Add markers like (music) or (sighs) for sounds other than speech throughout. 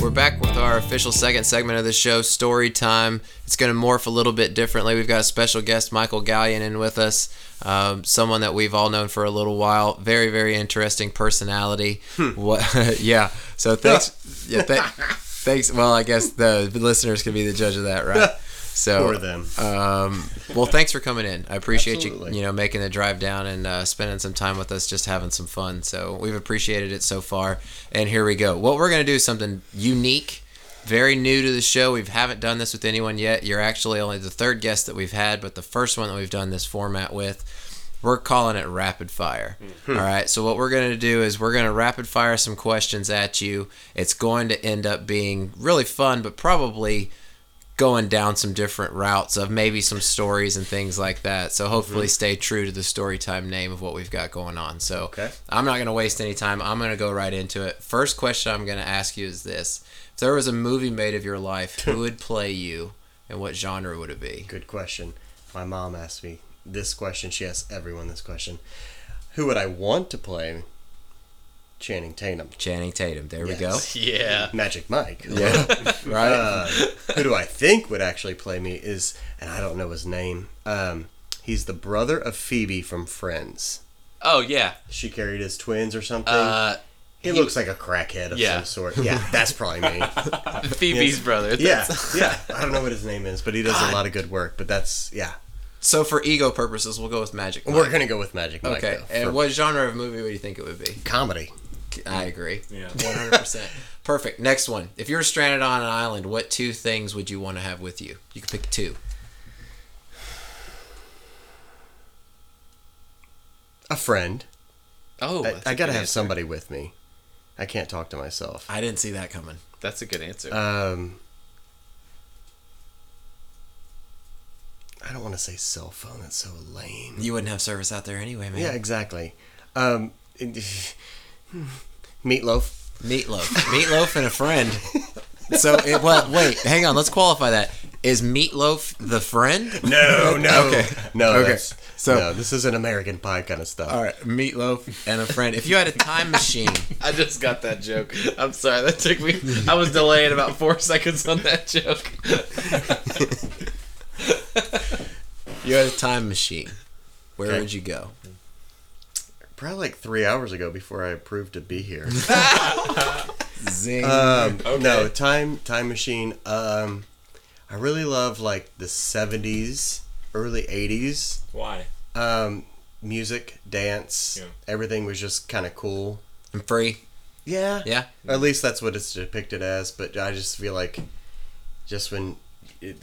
We're back with our official second segment of the show, Story Time. It's going to morph a little bit differently. We've got a special guest, Michael Gallion, in with us, um, someone that we've all known for a little while. Very, very interesting personality. Hmm. (laughs) What? yeah. So (laughs) thanks. yeah. Th- thanks. Well, I guess the listeners can be the judge of that, (laughs) right? So Or them. um, well, thanks for coming in. I appreciate you, Absolutely. you know, making the drive down and uh, spending some time with us, just having some fun. So we've appreciated it so far, and here we go. What we're gonna do is something unique, very new to the show. We haven't done this with anyone yet. You're actually only the third guest that we've had, but the first one that we've done this format with. We're calling it rapid fire. All right. So what we're gonna do is we're gonna rapid fire some questions at you. It's going to end up being really fun, but probably going down some different routes of maybe some stories and things like that. So hopefully Mhm. stay true to the story time name of what we've got going on. So Okay. I'm not going to waste any time. I'm going to go right into it. First question I'm going to ask you is this. If there was a movie made of your life, (laughs) who would play you and what genre would it be? Good question. My mom asked me this question. She asks everyone this question. Who would I want to play? Channing Tatum. Channing Tatum. There Yes. Yeah. Magic Mike. we go. (laughs) Yeah. (laughs) right? Uh, who do I think would actually play me is, and I don't know his name. Um, he's the brother of Phoebe from Friends. Oh yeah. She carried his twins or something. Uh, he, looks like a crackhead of Yeah. some (laughs) sort. Yeah, that's probably me. Phoebe's brother. yeah, yeah. I don't know what his name is, but he does a lot of good work. But that's yeah. so for ego purposes, we'll go with Magic Mike. We're gonna go with Magic Mike. Okay. though, for and what genre of movie would you think it would be? comedy? I agree. (laughs) Yeah. 100%. Perfect. Next one. If you were stranded on an island, what two things would you want to have with you? You could pick two. A friend. Oh, I, that's I a gotta good have answer. somebody with me. I can't talk to myself. I didn't see that coming. That's a good answer. Um, I don't want to say cell phone. That's so lame. You wouldn't have service out there anyway, man. Yeah, exactly. Um, (laughs) meatloaf. (laughs) Meatloaf. Meatloaf and a friend. So, it, well, wait, hang on. Let's qualify that. Is Meatloaf the friend? No, no, no. Okay. (laughs) Okay. So- So this is an American Pie kind of stuff. All right, Meatloaf and a friend. If you had a time machine, I just got that joke. I'm sorry. That took me. I was delaying about (laughs) four seconds on that joke. you had a time machine, where Okay. would you go? Probably like three hours ago before I approved to be here. Zing. Um, No time time machine. Um, I really love like the '70s, early '80s. Why? Um, music, dance, Yeah. everything was just kind of cool. I'm free. Yeah. Yeah. At least that's what it's depicted as, but I just feel like just when it,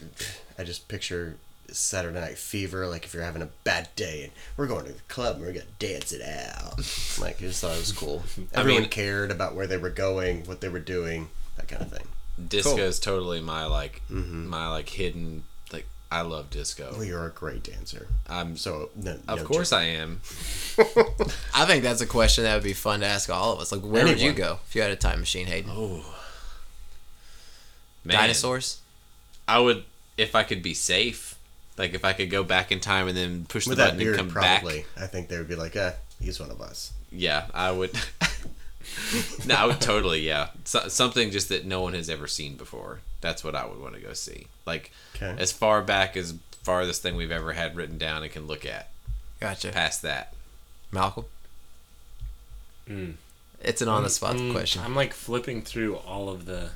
I just picture Saturday Night Fever, like if you're having a bad day and we're going to the club and we're going to dance it (laughs) out. Like, I just thought it was cool. Everyone mean- cared about where they were going, what they were doing, that kind of thing. Disco is totally my like Mm-hmm. my like hidden like I love Well, disco. you're a great dancer. I'm So, no, of no course joke. I am. I think that's a question that would be fun to ask all of us. Like, where would you Anyone. go if you had a time machine, Hayden? Man, Dinosaurs? I would if I could be safe. Like if I could go back in time and then push With the that button beard, and come probably, back. I think they would be like, eh, he's one of us. Yeah, I would. (laughs) no, I would totally. Yeah, so, something just that no one has ever seen before. That's what I would want to go see. Like Okay. as far back as farthest thing we've ever had written down and can look at. Gotcha. Past that, Malcolm? It's an on the spot Mm, question. I'm- I'm like flipping through all of the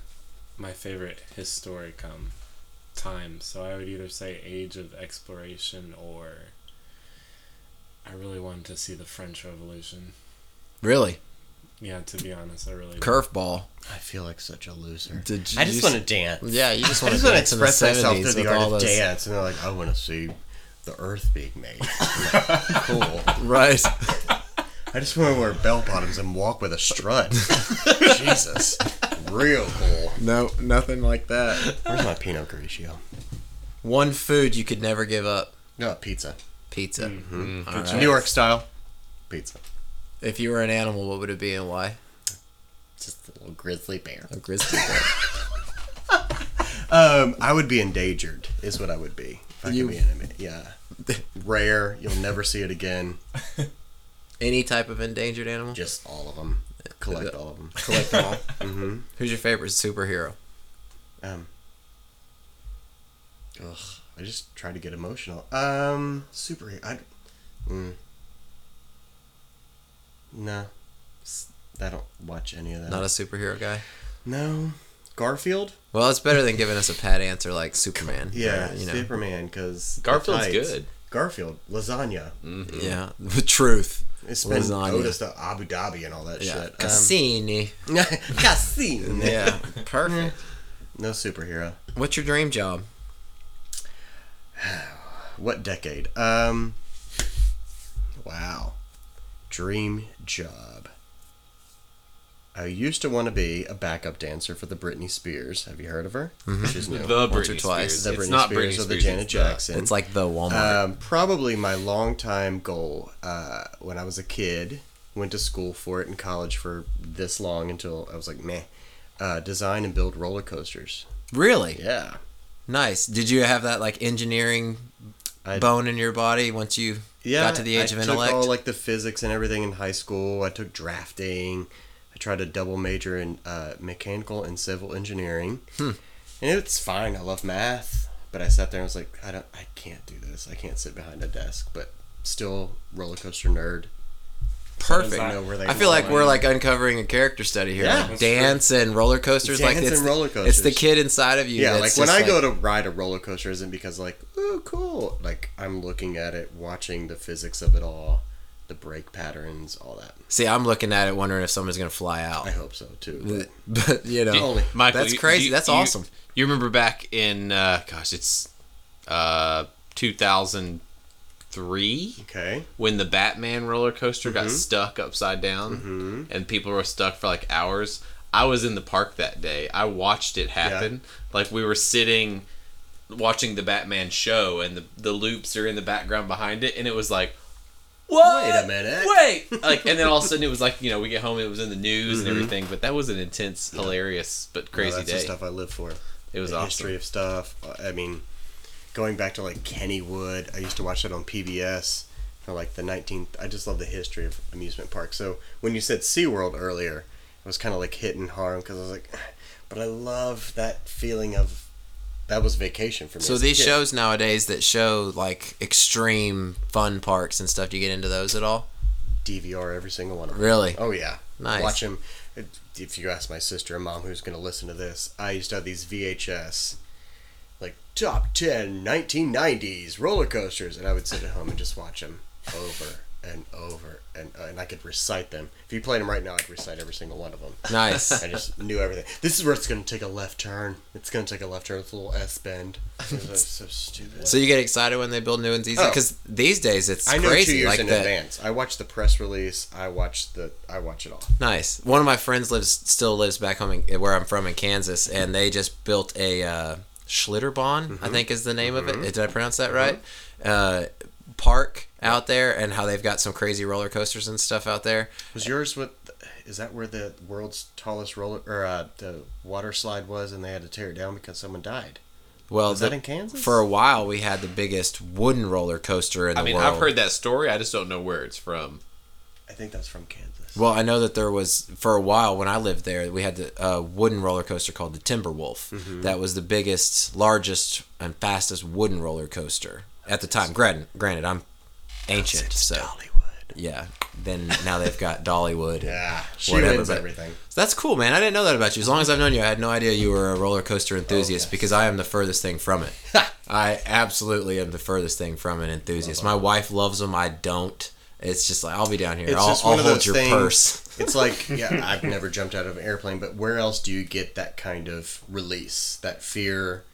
my favorite historic um time. So I would either say Age of Exploration or I really wanted to see the French Revolution. Really? Yeah, to be honest, I really Curveball. I feel like such a loser. Did you I just want to dance. Yeah, you just I want just to want to dance in the express myself through seventies with the art all of those. dance, and they're like, I want to see the Earth being (laughs) made. cool. Right. (laughs) I just want to wear bell bottoms and walk with a (laughs) strut. Jesus, real cool. No, nothing like that. Where's my Pinot Grigio? One food you could never give up: No, pizza. pizza. All Mm-hmm. New right. York style pizza. If you were an animal, what would it be and why? Just a little grizzly bear. A grizzly (laughs) bear. Um, I would be endangered, is what I would be. If I You- could be an enemy. (laughs) Yeah. Rare. You'll never see it again. Any type of endangered animal? Just all of them. Collect all of them. Collect them all. Mm-hmm. Who's your favorite superhero? Um. Ugh, I just try to get emotional. Um, superhero. I. Mm. Nah, S- I don't watch any of that. Not a superhero guy. no, Garfield. Well, it's better than giving us a pat answer like Superman. Yeah, or, you know. Superman. Because Garfield's good. Garfield, lasagna. Yeah, the truth. It's been Lasagna. Otis to Abu Dhabi and all that Yeah, shit. Um, (laughs) Cassini. Cassine. (laughs) yeah, perfect. No superhero. What's your dream job? What decade? Um. Wow. Dream job. I used to want to be a backup dancer for the Britney Spears. Have you heard of her? She's new. The Once or Britney twice. Spears. The it's Britney not Spears Britney or Spears. the Janet it's Jackson. It's like the Walmart. um, probably my longtime goal uh, when I was a kid. Went to school for it in college for this long until I was like, meh. Uh, design and build roller coasters. really Yeah. nice. Did you have that like engineering I- bone in your body once you got to the age I of intellect? Took all like the physics and everything in high school. I took drafting. I tried to double major in uh, mechanical and civil engineering. Hmm. And it's fine. I love math, but I sat there and was like, I don't, I can't do this. I can't sit behind a desk. But still, roller coaster nerd. Perfect. I know where they I feel like belong. we're like uncovering a character study here. Yeah. like That's dance and roller coasters. like Dance it's and the- roller It's the coasters. kid inside of you. Yeah, like that's when I just go to ride a roller coaster, isn't because like, ooh, cool. Like I'm looking at it, watching the physics of it all, the brake patterns, all that. see, I'm looking at it, wondering if someone's gonna fly out. I hope so too. (laughs) but- but you know, Holy- Michael, that's you- crazy. you- that's you- awesome. You remember back in uh, gosh, it's uh, 2003 okay. when the Batman roller coaster got Mm-hmm. stuck upside down and people were stuck for like hours. I was in the park that day. I watched it happen. Like we were sitting watching the Batman show and the the loops are in the background behind it and it was like what? Wait a minute. Wait. (laughs) Like and then all of a sudden it was like, you know, we get home it was in the news and everything, but that was an intense, hilarious but Mm-hmm. No, crazy that's day. the stuff I live for. It was the awesome. history of stuff. Uh, I mean, going back to like Kennywood, I used to watch that on PBS for like the 19th. I just love the history of amusement parks. So when you said SeaWorld earlier, it was kind of like hit and harm because I was like, (sighs) but I love that feeling of that was vacation for me. So as a these kid. shows nowadays that show like extreme fun parks and stuff, do you get into those at all? DVR every single one of them. Really? Oh yeah, Nice. Watch them. If you ask my sister and mom, who's going to listen to this, I used to have these VHS, like top 10 1990s roller coasters, and I would sit at home and just watch them over and over and uh, and I could recite them. If you played them right now, I'd recite every single one of them. Nice. I just knew everything. This is where it's going to take a left turn. It's going to take a left turn. It's a little S (laughs) bend. It's so stupid. so you get excited when they build new ones easy Oh. because these days it's I know two crazy years like in that. advance. I watch the press release. I watch the. I watch it all. Nice. One of my friends lives still lives back home in, where I'm from in Kansas, and they just built a uh, Schlitterbahn, Mm-hmm. I think is the name of it. Did I pronounce that right? Uh, park out there, and how they've got some crazy roller coasters and stuff out there. Was yours what? Is that where the world's tallest roller or uh, the water slide was, and they had to tear it down because someone died? Well, Is that the- in Kansas? for a while we had the biggest wooden roller coaster in the I mean, world. I've heard that story. I just don't know where it's from. I think that's from Kansas. Well, I know that there was for a while when I lived there, we had the uh, wooden roller coaster called the Timberwolf. Mm-hmm. That was the biggest, largest, and fastest wooden roller coaster at the time. Granted, granted, I'm ancient, so Hollywood. yeah. Then now they've (laughs) got Dollywood. and- Yeah, she Whatever, wins but- everything. So that's cool, man. I didn't know that about you. As long as I've known you, I had no idea you were a roller Oh, coaster enthusiast because I am the furthest thing from (laughs) it. I absolutely am the furthest thing from an enthusiast. My wife loves them. I don't. It's just like I'll be down here. Uh-huh. It's I'll, just I'll one of hold those your things- purse. It's like yeah, I've never jumped out of an airplane, but where else do you get that kind of release, that fear,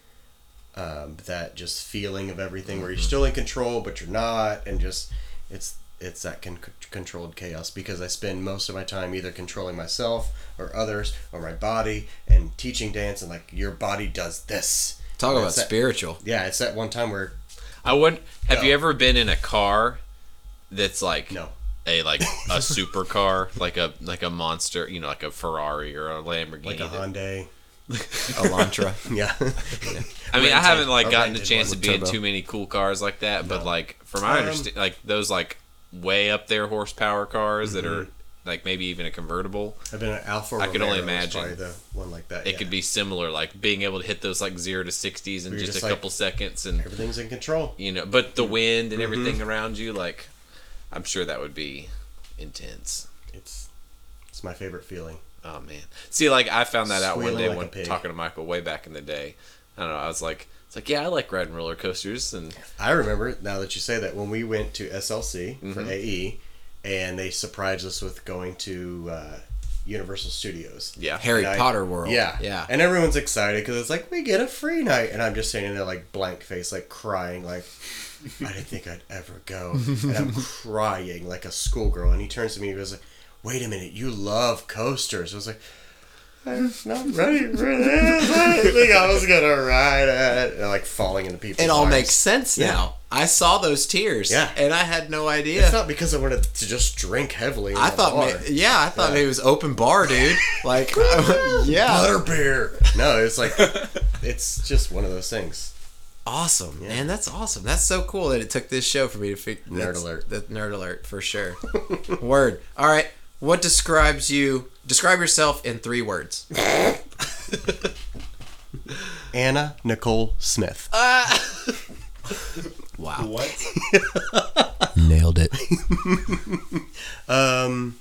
um, that just feeling of everything, where you're still in control but you're not, and just it's it's that con- controlled chaos because I spend most of my time either controlling myself or others or my body and teaching dance and like your body does this. Talk about It's that- spiritual. Yeah, it's that one time where I would. Have No. you ever been in a car that's like no, a like a (laughs) supercar, like a like a monster, you know, like a Ferrari or a Lamborghini. like a that- Hyundai. (laughs) (laughs) Elantra. Yeah. I mean, I Rented- haven't like a gotten the rented chance one to with be in turbo. too many cool cars like that, but No. like from my Um, understanding, like those like way up there horsepower cars that are mm-hmm. like maybe even a convertible, I've been an Alfa. I could Romeo only was imagine. probably the one like that. it yeah. could be similar, like being able to hit those like zero to sixties in Where you're just, just, a like- couple seconds, and Everything's in control. you know, but the Mm-hmm. wind and everything around you, like I'm sure that would be intense. It's it's my favorite feeling. Oh man. See, like I found that out one Squealing day like a when pig. talking to Michael way back in the day. I don't know. I was like, it's like yeah, I like riding roller coasters, and I remember now that you say that when we went to SLC for AE, and they surprised us with going to uh, Universal Studios. yeah, Harry And I- Potter world. Yeah, Yeah. and everyone's excited because it's like we get a free night, and I'm just standing there like blank face, like crying, like I didn't think I'd ever go, and I'm crying like a schoolgirl. And he turns to me and goes, like, "Wait a minute, you love coasters?" I was like, "I'm not ready for this. I didn't think I was gonna ride it." And, like falling into people's. It all arms. makes sense Yeah. now. I saw those tears. Yeah. And I had no idea. It's not because I wanted to just drink heavily. I thought, ma- maybe yeah, I thought it was open bar, (laughs) dude. Like, (laughs) yeah, butter beer. No, it's like it's just one of those things. awesome, man. That's awesome. That's so cool that it took this show for me to figure. Nerd alert. That nerd alert for sure. (laughs) Word. All right. What describes you? Describe yourself in three words. Anna Nicole Smith. Uh, Wow. What? Nailed it. Um,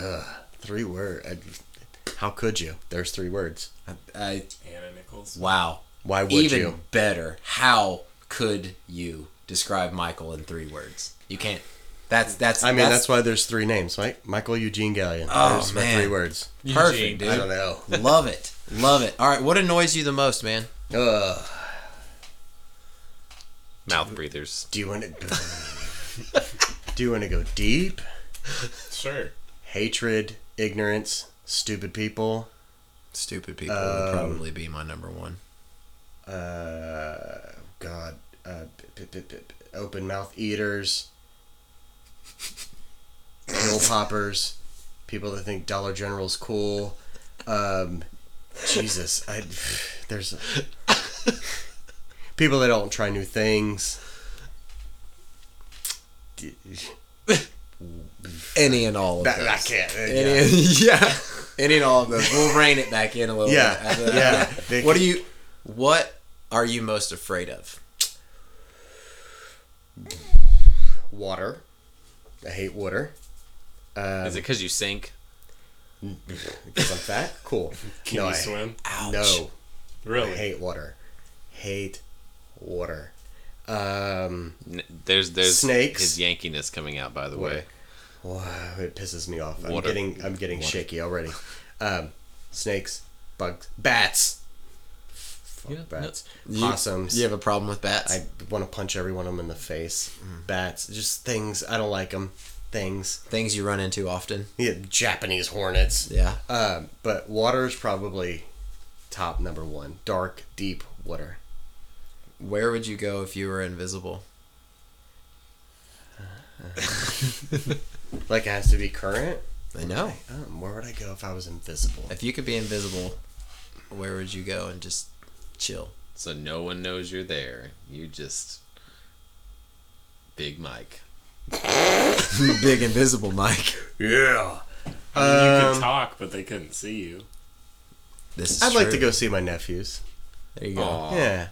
ugh, three word. I- How could you? There's three words. I, Anna Nichols. wow. Why would Even you? better. How could you describe Michael in three words? You can't. That's that's. I mean, that's, why there's three names, right? Michael Eugene Gallion. Oh, there's man. my three words. perfect, I don't dude. know. Love it. Love it. All right. What annoys you the most, man? Ugh. mouth breathers. Do you want to? do you want to go deep? Sure. Hatred, ignorance, stupid people. Stupid people would Um, probably be my number one. uh, God, uh, p- p- p- p- open mouth eaters, pill poppers, people that think Dollar General's cool. Um, Jesus, I there's people that don't try new things. D- Any and all of That, those. I can't. uh, Any, yeah. (laughs) yeah. (laughs) Any and all of those. We'll rein it back in a little Yeah, bit. after that. (laughs) yeah. (laughs) They What are can- you? What are you most afraid of? Water. I hate water. Um, Is it because you sink? because I'm fat? Cool. (laughs) Can no, you I- swim? Ouch. no. I Really? hate water. Hate water. Um, N- There's there's Snakes. His Yankiness coming out, by the way. wow, it pisses me off. I'm Water. getting I'm getting shaky already. Um, snakes, bugs, bats. Fuck bats. You- Possums. You have a problem with bats? I want to punch every one of them in the face. Bats, just things. I don't like them. Things. Things you run into often. Yeah, Japanese hornets. Yeah. Um, but water is probably top number one. Dark, deep water. Where would you go if you were invisible? Like it has to be current. I know. Um, where would I go if I was invisible? If you could be invisible, where would you go and just chill? So no one knows you're there. You just Big Mike. (laughs) Big invisible Mike. Yeah. I mean, you Um, could talk, but they couldn't see you. This is I'd like to true. go see my nephews. There you go. Aw. Yeah.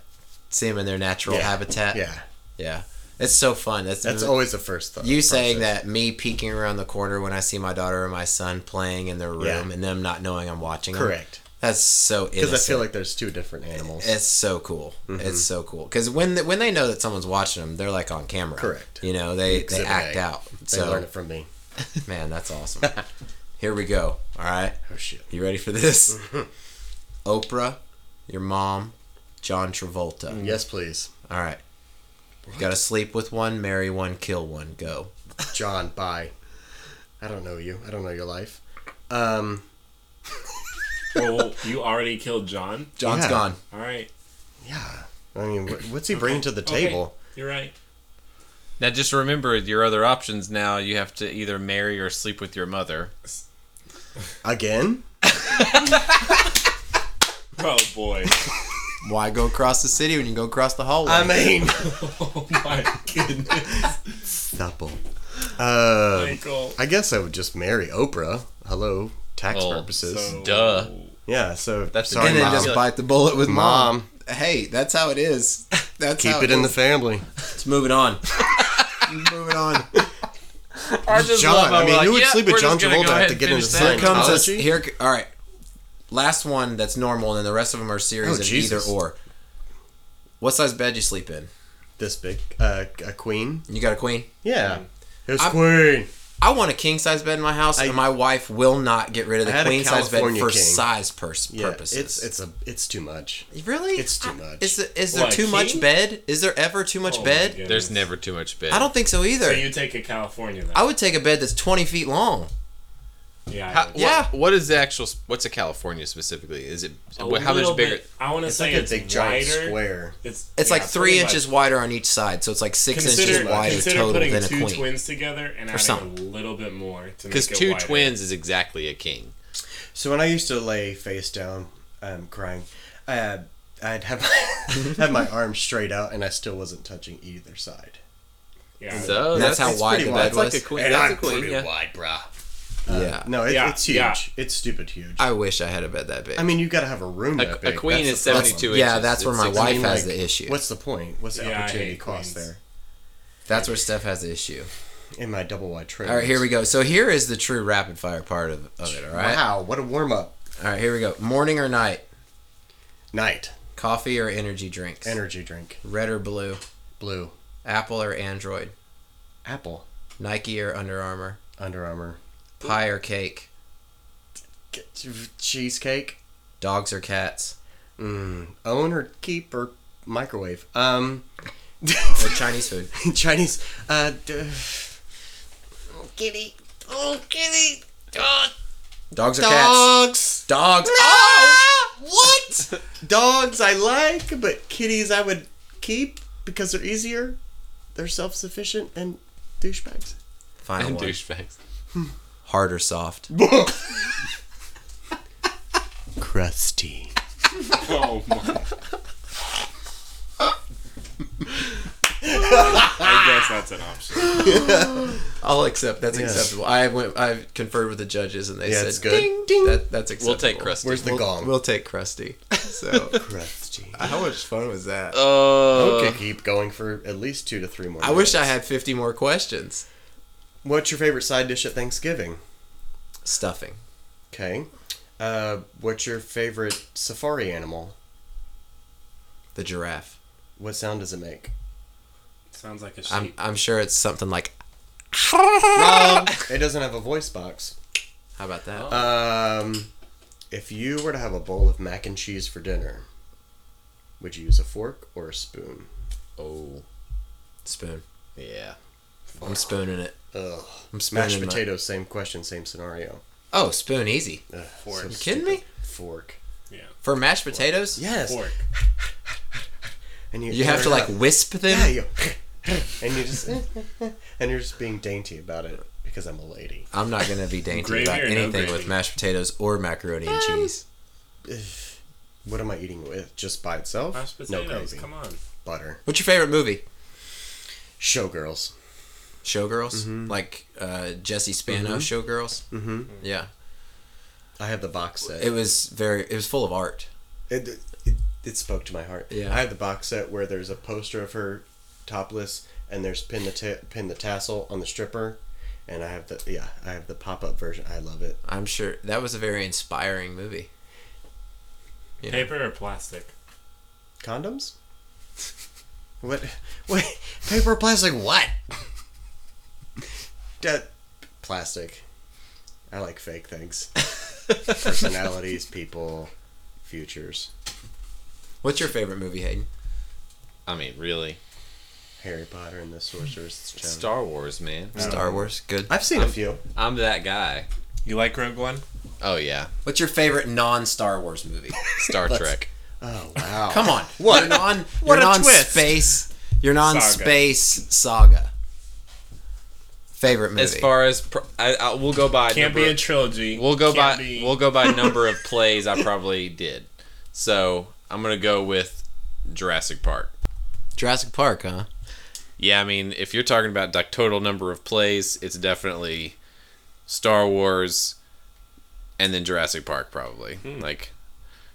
See them in their natural Yeah. habitat. Yeah. Yeah. It's so fun. That's That's always the first thought. You saying process. that me peeking around the corner when I see my daughter or my son playing in their room Yeah. and them not knowing I'm watching. 'em. Correct. That's so innocent. Because I feel like Mm-hmm. there's two different animals. it's so cool. It's so cool because when th when they know that someone's watching them, they're like on camera. Correct. You know they they Exhibit act A. out. They So learn it from me. man, that's awesome. (laughs) Here we go. All right, Oh shit. you ready for (laughs) this? Oprah, your mom, John Travolta. Yes, please. All right. You gotta sleep with one, marry one, kill one. Go. John, bye. I don't know you. I don't know your life. Um, Well, you already killed John. John's Yeah. gone. All right. yeah. I mean, wh- what's he bringing to the table? You're right. Now, just remember your other options. Now you have to either marry or sleep with your mother. Again? Oh (laughs) boy. Why go across the city when you can go across the hallway? I mean, (laughs) oh my goodness. supple. Um, Uh, Michael. I guess I would just marry Oprah. Hello, tax Well, purposes. So- Duh. yeah, so That's- sorry, and then Mom. just bite the bullet with mom. Mom, Hey, that's how it is. That's keep how it in the is. family. Let's move it (laughs) on. Moving on. I just John, love how I mean, we're who would "Yep, sleep with we're just John gonna go Travolta ahead after and getting finish into that." Here comes us. Scientology? Here, all right. Last one that's normal, and then the rest of them are Oh, series of either Jesus. or. What size bed you sleep in? This big, uh, a queen. You got a queen? Yeah, it's I'm- queen. I want a king size bed in my house, I- and my wife will not get rid of I the had a queen size bed for California king. size pers- Yeah, purposes. it's it's a it's too much. really it's too I- much. Is, the, is there What, a too much king? bed? Is there ever too much Oh my bed? goodness. There's never too much bed. I don't think so either. So you take a California then? I would take a bed that's twenty feet long. yeah. I How, would. what- Yeah. what is the actual? s- What's a California specifically? Is it A wh- how little much bigger? bit- I want to It's say like it's a big giant wider. square. It's It's yeah, like three pretty inches much- wider on each side, so it's like six inches Consider, wider consider total putting than a two queen. twins together and adding some. a little bit more to Because make it two wider. twins is exactly a king. So when I used to lay face down, um, crying, uh, I'd have my, (laughs) have my arms straight out, and I still wasn't touching either side. Yeah. So That's that's, how it's wide the pretty bed That's like was. a queen. And that's I'm a queen. pretty Yeah. wide, bruh. yeah, No, it, Yeah, it's huge. yeah. It's stupid huge. I, I wish I had a bed that big. mean, you got to have a room. A, that a big. queen That's is the problem. seventy-two Yeah, inches. that's where It's my six- wife I mean, has like, the issue. What's the point? What's the Yeah, I opportunity hate cost queens. there? That's where Steph has the issue. In my double wide trailer. All right, here we go. So here is the true rapid fire part of, of it. All right. Wow, what a warm up All right, here we go. Morning or night? night. Coffee or energy drinks? Energy drink, Red or blue? blue, Apple or Android? apple, Nike or Under Armour? Under Armour, Pie or cake? Get you- cheesecake. Dogs or cats? Mm, own or keep or microwave. Um, (laughs) Or Chinese food? Chinese. Uh, d- oh, kitty. Oh, kitty. Oh, Dogs or cats? dogs. Dogs. Oh! Ah, what? (laughs) dogs I like, but kitties I would keep because they're easier. They're self sufficient and douchebags. (laughs) Final And one. douchebags. Hard or soft? Crusty. Oh my. I guess that's an option. (laughs) I'll accept. That's Yeah. acceptable. I went. I conferred with the judges, and they Yeah, said, it's good. "Ding, ding." That, that's acceptable. We'll take Krusty. Where's the We'll, gong? we'll take Krusty. So, (laughs) Crusty. how much fun was that? Uh, Okay, keep going for at least two to three more. I wish I minutes. had 50 more questions. What's your favorite side dish at Thanksgiving? Stuffing. Okay. Uh, what's your favorite safari animal? The giraffe. What sound does it make? Sounds like a sheep. (laughs) I'm, I'm sure it's something (laughs) like. Wrong. It doesn't have a voice box. How about that? Um, if you were to have a bowl of mac and cheese for dinner, would you use a fork or a spoon? oh, Spoon. yeah. I'm spooning it. Ugh. I'm spooning Mashed my- potatoes, same question, same scenario. Oh, spoon easy. Ugh, Fork. so You kidding stupid. me? Fork. For mashed potatoes, Yes. Fork. And you have to air it like up. wisp them. (laughs) Yeah, you. and you just (laughs) and you're just being dainty about it because I'm a lady. I'm not gonna be dainty Gravy about or no anything gravy? with mashed potatoes or macaroni Um, and cheese. Ugh. (sighs) What am I eating with? Just by itself? Mashed no potatoes. gravy. Come on. Butter. What's your favorite movie? Showgirls. Showgirls, like uh, Jesse Spano Showgirls. Mm-hmm. Yeah, I have the box set. it was very. It was full of art. it, it, it spoke to my heart. Yeah. I have the box set where there's a poster of her topless, and there's pin the ta- pin the tassel on the stripper, and I have the yeah I have the pop up version. I love it. I'm sure that was a very inspiring movie. Yeah. Paper or plastic? Condoms. what? Wait, paper or plastic? What? Da- plastic. I like fake (laughs) things. Personalities, people, futures. What's your favorite movie, Hayden? I mean, really, Harry Potter and the Sorcerer's Stone. Star Wars, man. Star Wars. Good. I've seen a few. I'm that guy. You like Rogue One? Oh yeah, What's your favorite non-Star Wars movie? Star Trek. Oh wow. Come on. What? You're non. What you're a non twist. space. You're non Saga. space saga. Favorite movie. As far as pr- I, I, we'll go by Can't number- be a trilogy. We'll go Can't by be- we'll go (laughs) by number of plays I probably did. So I'm gonna go with Jurassic Park. Jurassic Park, huh? Yeah, I mean, if you're talking about like total number of plays, it's definitely Star Wars, and then Jurassic Park probably. Like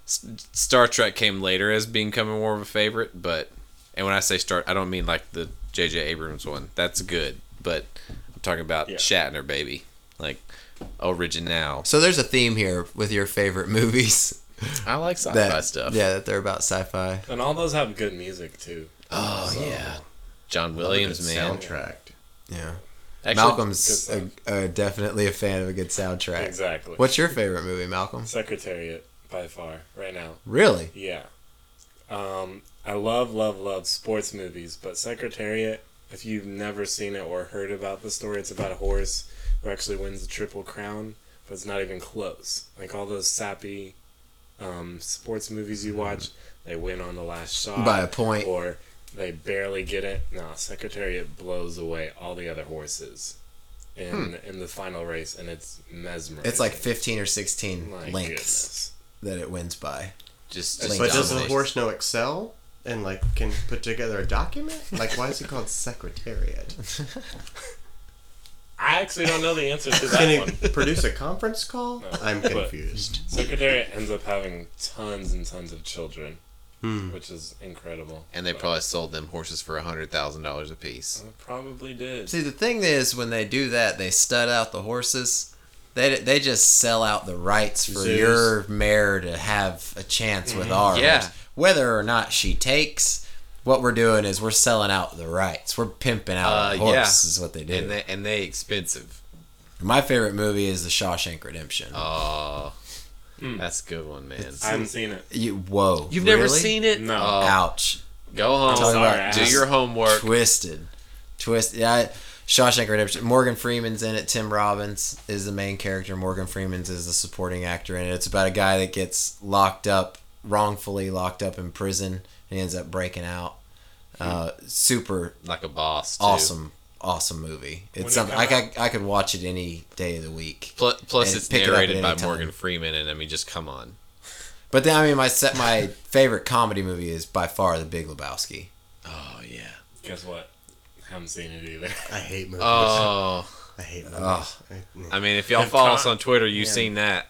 S- Star Trek came later as becoming more of a favorite, but and when I say Star, I don't mean like the J.J. Abrams one. That's good, but I'm talking about Yeah. Shatner, baby, like original. So there's a theme here with your favorite (laughs) movies. I like sci-fi That stuff. Yeah, that they're about sci-fi. And all those have good music too. Oh yeah, John Williams, Good man. Soundtrack. Yeah. Actually, Malcolm's good a, uh definitely a fan of a good soundtrack. Exactly. What's your favorite movie, Malcolm? Secretariat by far right now. Really? Yeah. Um, I love, love, love sports movies, but Secretariat, if you've never seen it or heard about the story, it's about a horse who actually wins the Triple Crown, but it's not even close. Like all those sappy um, sports movies you watch, they win on the last shot. Mm-hmm. By a point. Or they barely get it. No, Secretariat blows away all the other horses in, in the final race, and it's mesmerizing. Hmm. It's like 15 or 16 links My goodness. that it wins by. just, Link just But does the domination. horse know Excel and like can put together a document? Like, why is it called secretariat? I actually don't know the (laughs) answer to (laughs) that Can one. he produce a conference call? No. I'm But- confused. Secretariat ends up having tons and tons of children, Hmm. which is incredible. and they But- probably sold them horses for a hundred thousand dollars a piece. They probably did. See, the thing is, when they do that, they stud out the horses. They, they just sell out the rights for Zoos. your mare to have a chance with ours. Mm-hmm. Yeah. Whether or not she takes, what we're doing is we're selling out the rights. We're pimping out Uh, the horse, yeah. is what they do. And they and they expensive. My favorite movie is The Shawshank Redemption. Oh, that's a good one, man. I haven't seen it. You, whoa. You've never really? seen it? No. Uh, Oh, Ouch. go home. Talking sorry, about I do asked. your homework. Twisted. Twisted. Yeah. I- Shawshank Redemption. Morgan Freeman's in it. Tim Robbins is the main character. Morgan Freeman's is the supporting actor in it. It's about a guy that gets locked up, wrongfully locked up in prison, and he ends up breaking out. Uh, super Like a boss. Too. awesome, awesome movie. It's When it something come like I, I could watch it any day of the week. Plus, plus And it's pick it up at narrated any by time. Morgan Freeman, and I mean, just come on. But then I mean, my set, (laughs) my favorite comedy movie is by far The Big Lebowski. Oh yeah. Guess what? Haven't seen it either. (laughs) I hate movies. (laughs) Uh, Oh, I hate movies. Ugh. I, I mean, if y'all If follow Con- us on Twitter, you've seen that.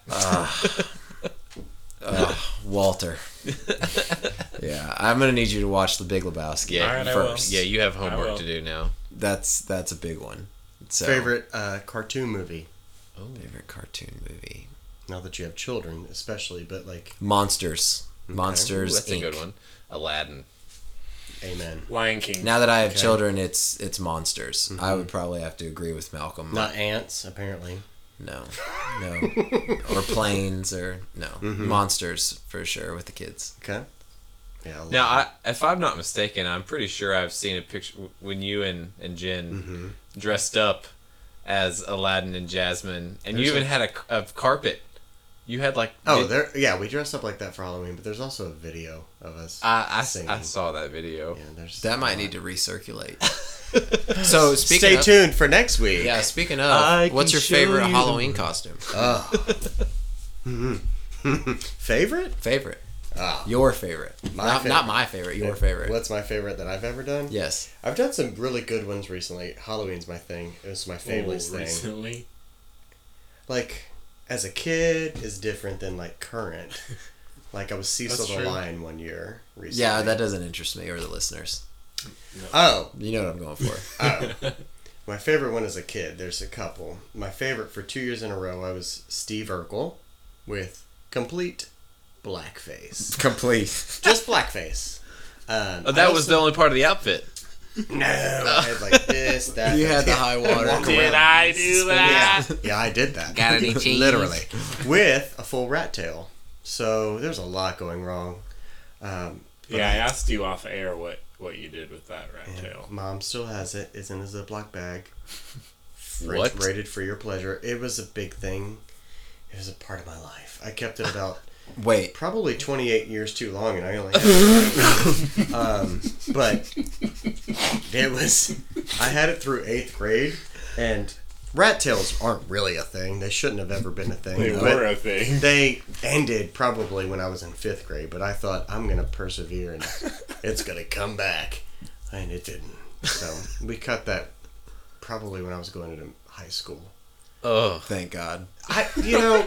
Ugh, (laughs) Walter. yeah, I'm gonna need you to watch The Big Lebowski Yeah. Alright, I will. first. yeah, you have I homework will. to do now. that's that's a big one. So, favorite uh, cartoon movie. favorite cartoon movie? Now that you have children, especially, but like, Monsters. Ooh, Monsters. that's a Inc. good one. Aladdin. amen. Lion King. Now that I have children, it's it's monsters. I Mm-hmm. would probably have to agree with Malcolm. Not ants, apparently. (laughs) no, no, or planes, or no Mm-hmm. monsters for sure with the kids. Okay. Yeah. I'll- Now, I, if I'm not mistaken, I'm pretty sure I've seen a picture when you and and Jen dressed up as Aladdin and Jasmine, and you even had a, c- a carpet. You had like oh, vid- there. Yeah, we dress up like that for Halloween, but there's also a video of us. I, I s- singing. I saw that video. yeah, there's Uh, That might need to (laughs) recirculate. so speaking Stay of, tuned for next week. Yeah, speaking I of, what's can your show favorite you the Halloween costume? (laughs) (laughs) Favorite? Favorite. Ah. your favorite. My not, favorite. not my favorite. Your favorite. What's my favorite that I've ever done? Yes. I've done some really good ones recently. Halloween's my thing. It was my family's Oh, thing. recently. Like, as a kid is different than like (laughs) current. Like I was Cecil That's the true. Lion one year recently. Yeah, that doesn't interest me or the listeners. Oh, You know what I'm going for. (laughs) my favorite one as a kid. There's a couple. My favorite for two years in a row. I was Steve Urkel, with complete blackface. Complete. Just blackface. Um, Oh, I that was also- the only part of the outfit. No, I had like this, that. You that. had the high water. (laughs) Did I do Yeah, that? yeah, I did that. Got any cheese? Literally, with a full rat tail. So there's a lot going wrong. Um, Yeah, I asked you off air what what you did with that rat tail. Mom still has it. It's in a Ziploc (laughs) bag. Ra- What? Rated for your pleasure. It was a big thing. It was a part of my life. I kept it (laughs) about Wait. probably 28 years too long, and I only. Had it. um, but it was. I had it through eighth grade, And rat tails aren't really a thing. They shouldn't have ever been a thing. They but were (laughs) a thing. They ended probably when I was in fifth grade, but I thought I'm gonna (laughs) persevere and it's gonna come back, and it didn't. So we cut that probably when I was going into high school. Ugh. Thank God. I, (laughs) you know,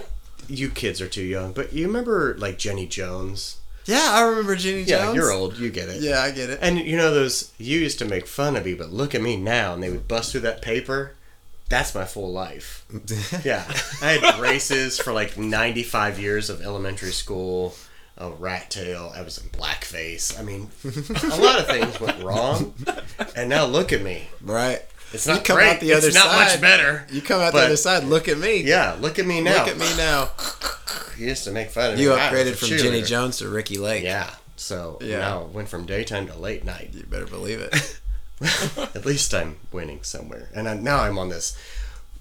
you kids are too young, but you remember like Jenny Jones? Yeah, I remember Jenny Jones. Yeah, you're old. You get it. Yeah, I get it. And you know those you used to make fun of me, but look at me now, and they would bust through that paper. That's my full (laughs) life. Yeah, (laughs) I had braces for like 95 years of elementary school. A rat tail. I was in blackface. I mean, a lot of things went wrong, and now look at me. right. It's not you come great. out the other it's side. not much better. You come out but- the other side. Look at me. Yeah, Oh look at me now. Look at me now. You used to make fun of me. You when I was upgraded a from Jenny cheerleader. Jones to Ricky Lake. Yeah. So Yeah. now it went from daytime to late night. You better believe (laughs) it. At least I'm winning somewhere. And i now I'm on this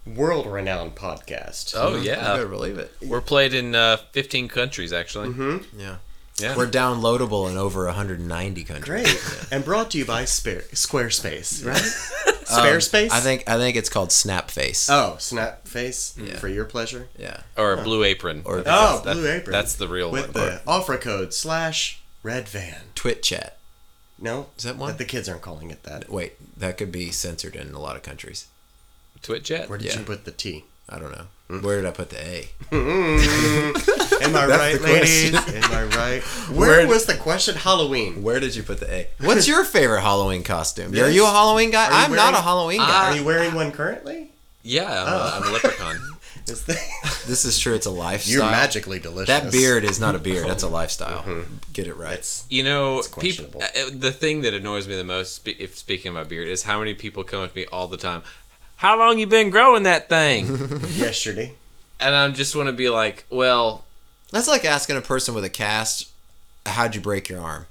world renowned podcast. Oh You yeah, better believe it. we're played in uh, 15 countries actually. Yeah. Yeah. We're downloadable in over 190 countries. Great. (laughs) and brought to you by Spare, Squarespace, right? (laughs) Spare Space? Um, I think I think it's called Snapface. Oh, Snapface Yeah. for your pleasure. Mm-hmm. Yeah. or a Blue Apron. Or Oh, That- Blue Apron. That's the real With one. the offer code slash red van. Twit chat. No? Is that one? The kids aren't calling it that. Wait, that could be censored in a lot of countries. Twit Jet. Where did Yeah. you put (laughs) the T? (laughs) I don't know. Hmm. Where did I put the A? Am I right, That's the ladies? question. Am (laughs) I right? Where- Where was the question Halloween? Where did you put the A? (laughs) What's your favorite Halloween costume? Are you Ah. a Halloween guy? Are you I'm not a wearing- Halloween guy. Are you wearing one currently? Yeah, I'm, Oh. a- I'm a leprechaun. Is (laughs) that- this is true. It's a lifestyle. You're magically delicious. that beard is not a beard. That's a lifestyle. Get it right. (laughs) You know, people. questionable. uh, The thing that annoys me the most, spe- if speaking of my beard, is how many people come up to me all the time. How long you been growing that (laughs) thing? (laughs) yesterday. and I just want to be like, well, That's like asking a person with a cast, "How'd you break your arm?"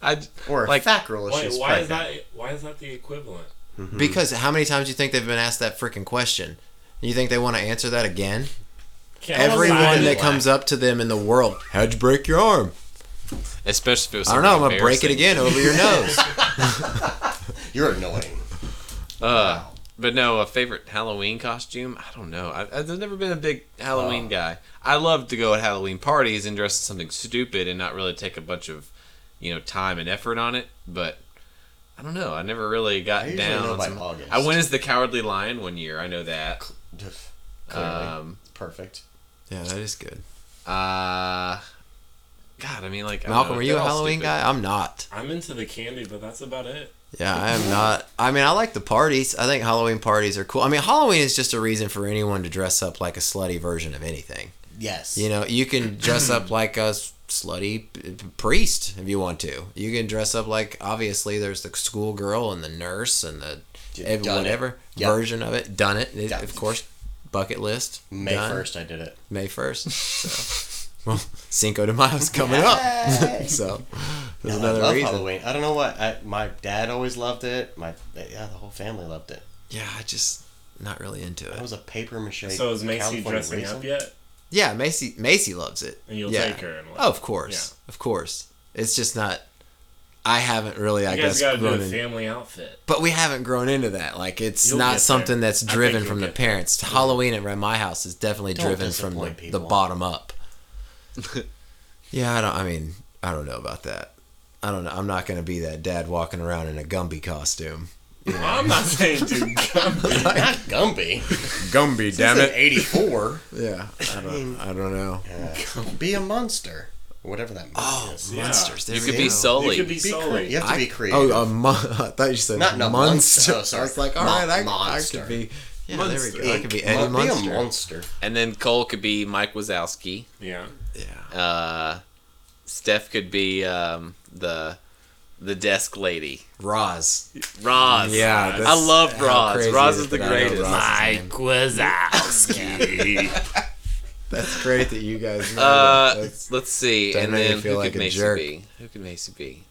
I Or Like, like, Fackrell if Why, she's why pregnant. is that? Why is that the equivalent? Because how many times do you think they've been asked that freaking question? You think they want to answer that again? Everyone that comes up to them in the world, how'd you break your arm? especially if it was. I don't know. I'm something gonna break it again embarrassing. over your nose. You're annoying. Uh, but no, a favorite Halloween costume? I don't know. I, I've never been a big Halloween guy. I love to go at Halloween parties and dress in something stupid and not really take a bunch of, you know, time and effort on it. But I don't know. I never really got I usually down. know on by some- August. I went as the Cowardly Lion one year. I know that. Just Clearly. Um, Perfect. (laughs) yeah, that is good. uh, God, I mean, like I don't Malcolm, know, are you a they're all Halloween stupid. guy? I'm not. I'm into the candy, but that's about it. Yeah, I am not. I mean, I like the parties. I think Halloween parties are cool. I mean, Halloween is just a reason for anyone to dress up like a slutty version of anything. Yes. You know, you can dress (clears throat) up like a s- slutty p- priest if you want to. You can dress up like obviously there's the schoolgirl and the nurse and the You've ev- done it. whatever Yep. version of it. Done it, Yeah. of course. Bucket list. May done. 1st, I did it. May first. So. well, (laughs) Cinco de Mayo's coming up, (laughs) so there's I another love reason. Halloween. I don't know what. I, my dad always loved it. My Yeah, the whole family loved it. Yeah, I just not really into I it. was a paper mache. So is Macy California dressing raisin. up yet? Yeah, Macy Macy loves it. And you'll yeah. take her and what? Oh, of course, of course. It's just not. I haven't really, I You guys guess, got to do a grown in, family outfit. but we haven't grown into that. Like it's You'll get not there. something that's I think driven you'll from the get there. parents. Halloween at my house is definitely Don't driven from the, disappoint the people. bottom up. yeah, I don't. I mean, I don't know about that. I don't know. I'm not going to be that dad walking around in a Gumby costume. I'm not saying do Gumby. (laughs) Not Gumby. Gumby, Damn it. 84. (laughs) Yeah, I don't. I don't know. uh, be a monster. Whatever that means. Oh, Yeah. monsters! There You we could go. be You Sully. could be Be cre- Sully. you have to be creative. Oh, a mon- (laughs) I thought you said Not- not monster. monster. Oh, sorry. I was like, all Not right, I, monster. I could be. Yeah, there we Monster. go. I could be Eddie Be Munster. a monster. and then Cole could be Mike Wazowski. (laughs) Yeah. Yeah. Uh, Steph could be um, the the desk lady. Roz. Roz. Yeah, I that's love how Roz. crazy Roz it is is the that I know greatest. Roz's name. Wazowski. That's great that you (laughs) guys know. that. uh, That's- let's see. Doesn't And make me then feel who like could a Macy jerk. be? Who could Macy be?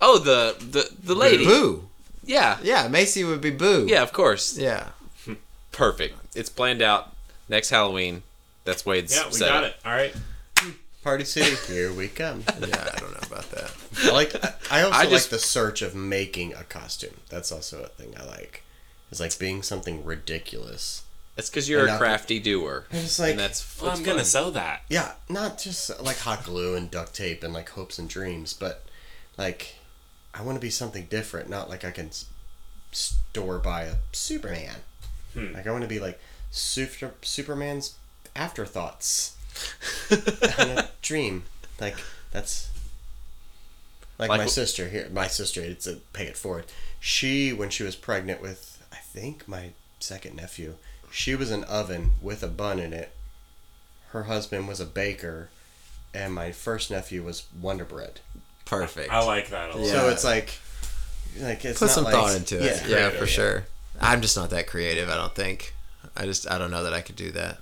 Oh, the the the lady. Boo. Yeah. Yeah, Macy would be Boo. Yeah, of course. Yeah. Perfect. It's planned out. Next Halloween. That's Wade's Yeah, we setup. got it. All right. Party City. Here (laughs) we come. Yeah, I don't know about that. I like. I also I like just- the search of making a costume. That's also a thing I like. is like being something ridiculous. That's because you're And a I- crafty doer, I'm just like, and that's. Well, that's I'm gonna fun. sell that. yeah, not just uh, like hot glue and duct tape and like hopes and dreams, but like I want to be something different, not like I can s- store buy a Superman. Hmm. Like I want to be like super, Superman's afterthoughts and a dream. Like that's like, Like my wh- sister here. My sister, it's a pay it forward. She when she was pregnant with I think my second nephew, she was an oven with a bun in it. Her husband was a baker, and my first nephew was Wonder Bread. Perfect. I like that a lot. So it's like, like it's Put not some like- thought into it. Yeah. Yeah, for sure. I'm just not that creative. I don't think. I just I don't know that I could do that.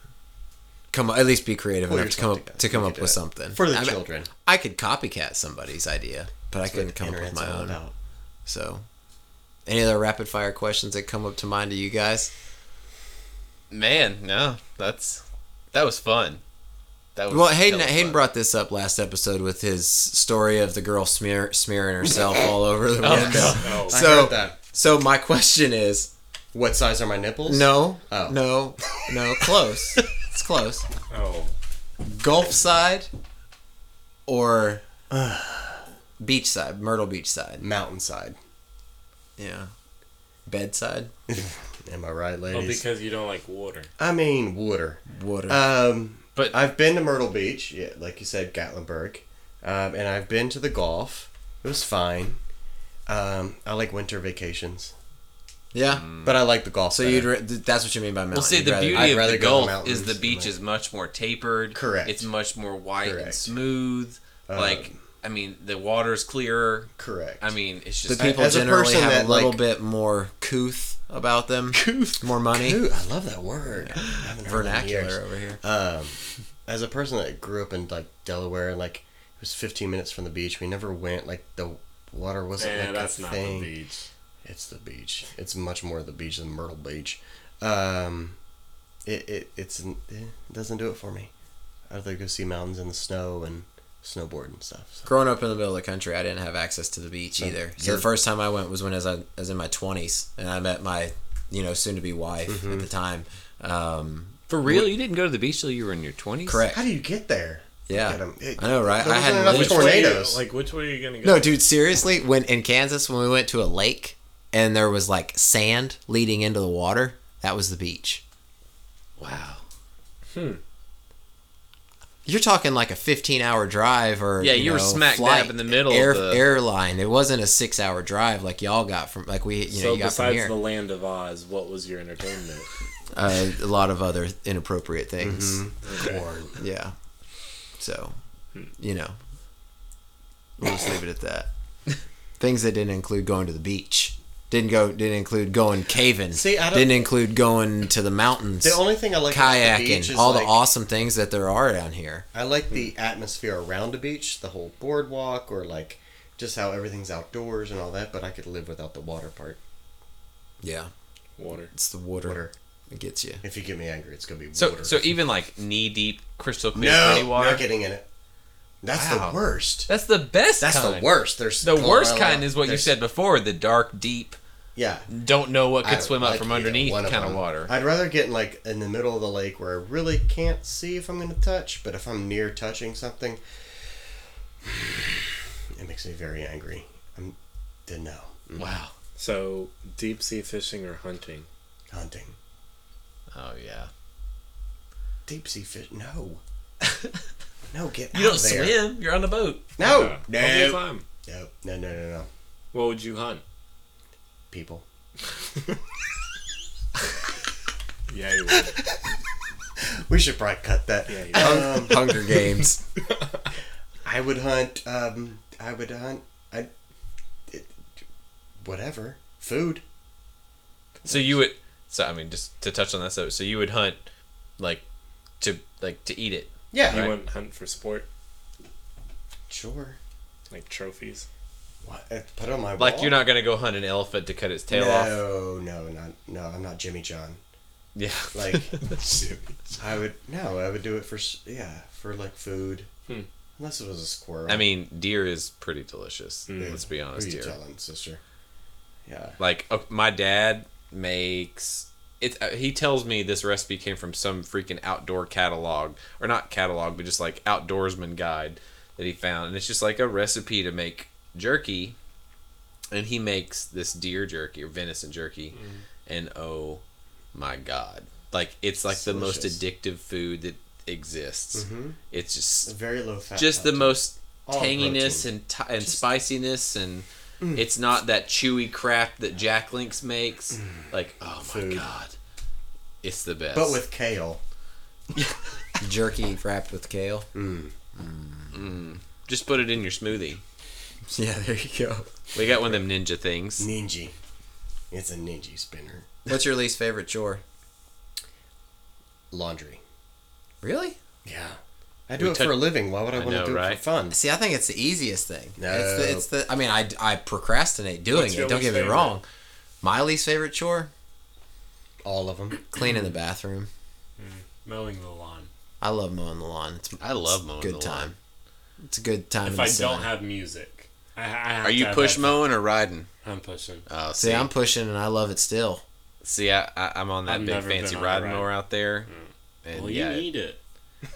Come at least be creative Pull enough to come yourself up together. to come You up could with do it. something For the I mean, children. I could copycat somebody's idea, but I couldn't come up with Internet's my all own. about. So, any other rapid fire questions that come up to mind to you guys? Man, no, that's that was fun. That was Well, Hayden that was Hayden fun. brought this up last episode with his story of the girl smear, smearing herself all over (laughs) the window. Oh, I So- heard that. So my question is, What size are my nipples? no, Oh. no, no, close. it's close. oh, Gulf side (sighs) or beach side, Myrtle Beach side. Mountainside. Yeah. Bedside, Am I right, well, ladies? oh, because you don't like water. I mean, water. water. Um, But- but I've been to Myrtle Beach, yeah, like you said, Gatlinburg, um, and I've been to the golf. It was fine. Um, I like winter vacations, yeah. but I like the golf. Mm. So better. you'd re- th- that's what you mean by mountain. Well, see, You'd the rather- beauty I'd of rather the go to the Gulf mountains is the than beach like- is much more tapered. Correct. It's much more white and Correct. Um, smooth. like, I mean, the water's clearer. correct. I mean, it's the just people as a generally person have that, a little like- bit more couth about them. Couth. More money. Ooh, I love that word. I haven't heard that in years. Vernacular over here. um, as a person that grew up in like Delaware, and like it was 15 minutes from the beach. We never went. Like the water wasn't Yeah, like Eh, that's a not thing. the beach. It's the beach. It's much more the beach than Myrtle Beach. Um, it it it's eh, it doesn't do it for me. I'd rather go see mountains in the snow and snowboard and stuff. So. Growing up in the middle of the country, I didn't have access to the beach either. So the you're- first time I went was when as I I was in my twenties, and I met my you know soon to be wife Mm-hmm. at the time. Um, for real. You didn't go to the beach till you were in your twenties. correct. How do you get there? yeah. Look at 'em. It- I know, right? there I wasn't had enough literally- Which way you- tornadoes. like which way are you gonna go? No, dude, seriously, when in Kansas when we went to a lake and there was like sand leading into the water, that was the beach. Wow. You're talking like a 15 hour drive or Yeah, you were know, smack flight, dab in the middle of air, the- airline. It wasn't a six hour drive like y'all got from like we you know so you got from besides here. the Land of Oz, what was your entertainment? (laughs) Uh, a lot of other inappropriate things. Corn. Yeah, so Hmm. you know, we'll just leave it at that. things that didn't include going to the beach. Didn't go. Didn't include going caving. See, I don't- didn't include going to the mountains. The only thing I like about the beach kayaking, is all like- the awesome things that there are down here. I like the Hmm. atmosphere around a beach, the whole boardwalk, or like just how everything's outdoors and all that. But I could live without the water part. Yeah, Water. it's the water, Water. that gets you. If you get me angry, it's gonna be So, water. so even like knee deep crystal clear no, pretty water. not getting in it. That's Wow. the worst. That's the best. That's kind. the worst. There's oh, The worst Colorado- kind is what you there's- said before. The dark, deep, Yeah, don't know what I could don't swim up like from either underneath one kind of them. water. I'd rather get in like in the middle of the lake where I really can't see if I'm going to touch, but if I'm near touching something, (sighs) it makes me very angry. I'm didn't know wow. So deep sea fishing or hunting? hunting Oh yeah. deep sea fish. (laughs) No, no, get You out don't there. swim. You're on a boat. No, The whole Oh, no, time. no, no, no, no, no. What would you hunt? People. Yeah, you would. We should probably cut that. Yeah, you Um, Hunger Games. I would hunt. Um, I would hunt. I, it, whatever food. So you would. So I mean, just to touch on that. So so you would hunt, like, to like to eat it. Yeah, You wouldn't hunt for sport, sure. like trophies. What? uh, Put it on my Like wall? you're not gonna go hunt an elephant to cut its tail off. No, no, not no. I'm not Jimmy John. Yeah. (laughs) Like I would no. I would do it for s- yeah for like food. Hmm. Unless it was a squirrel. I mean, deer is pretty delicious. Yeah. Let's be who are honest you here. telling, sister? Yeah. Like uh, my dad makes it. Uh, he tells me this recipe came from some freaking outdoor catalog or not catalog, but just like outdoorsman guide that he found, and it's just like a recipe to make jerky. And he makes this deer jerky or venison jerky, Mm. and oh my god, like it's like the most Delicious. addictive food that exists. It's just It's very low fat. just the content. most All tanginess protein. and t- and spiciness and Mm. it's not that chewy crap that Jack Links makes. Like, oh Mm. my Food. god, it's the best. But with kale. Jerky wrapped with kale. just put it in your smoothie. Yeah, there you go. We got one of them ninja things. Ninja. It's a ninja spinner. What's your least favorite chore? Laundry. Really? Yeah. I do it touch- for a living. Why would I, want know, to do it right? for fun? See, I think it's the easiest thing. No. It's the, it's the I mean, I, I procrastinate doing What's your it. Don't least get me favorite? wrong. My least favorite chore, All of them. cleaning the bathroom. Mowing the lawn. I love mowing the lawn. It's I love mowing good the time. lawn. It's a good time. If in the I sun. don't have music, I, I have Are to you have push that- mowing or riding? I'm pushing. Oh, see, See, I'm pushing and I love it still. see, I, I, I'm on that I've big never been fancy on a ride ride. Mm. mower out there. And Well, yeah, you need it.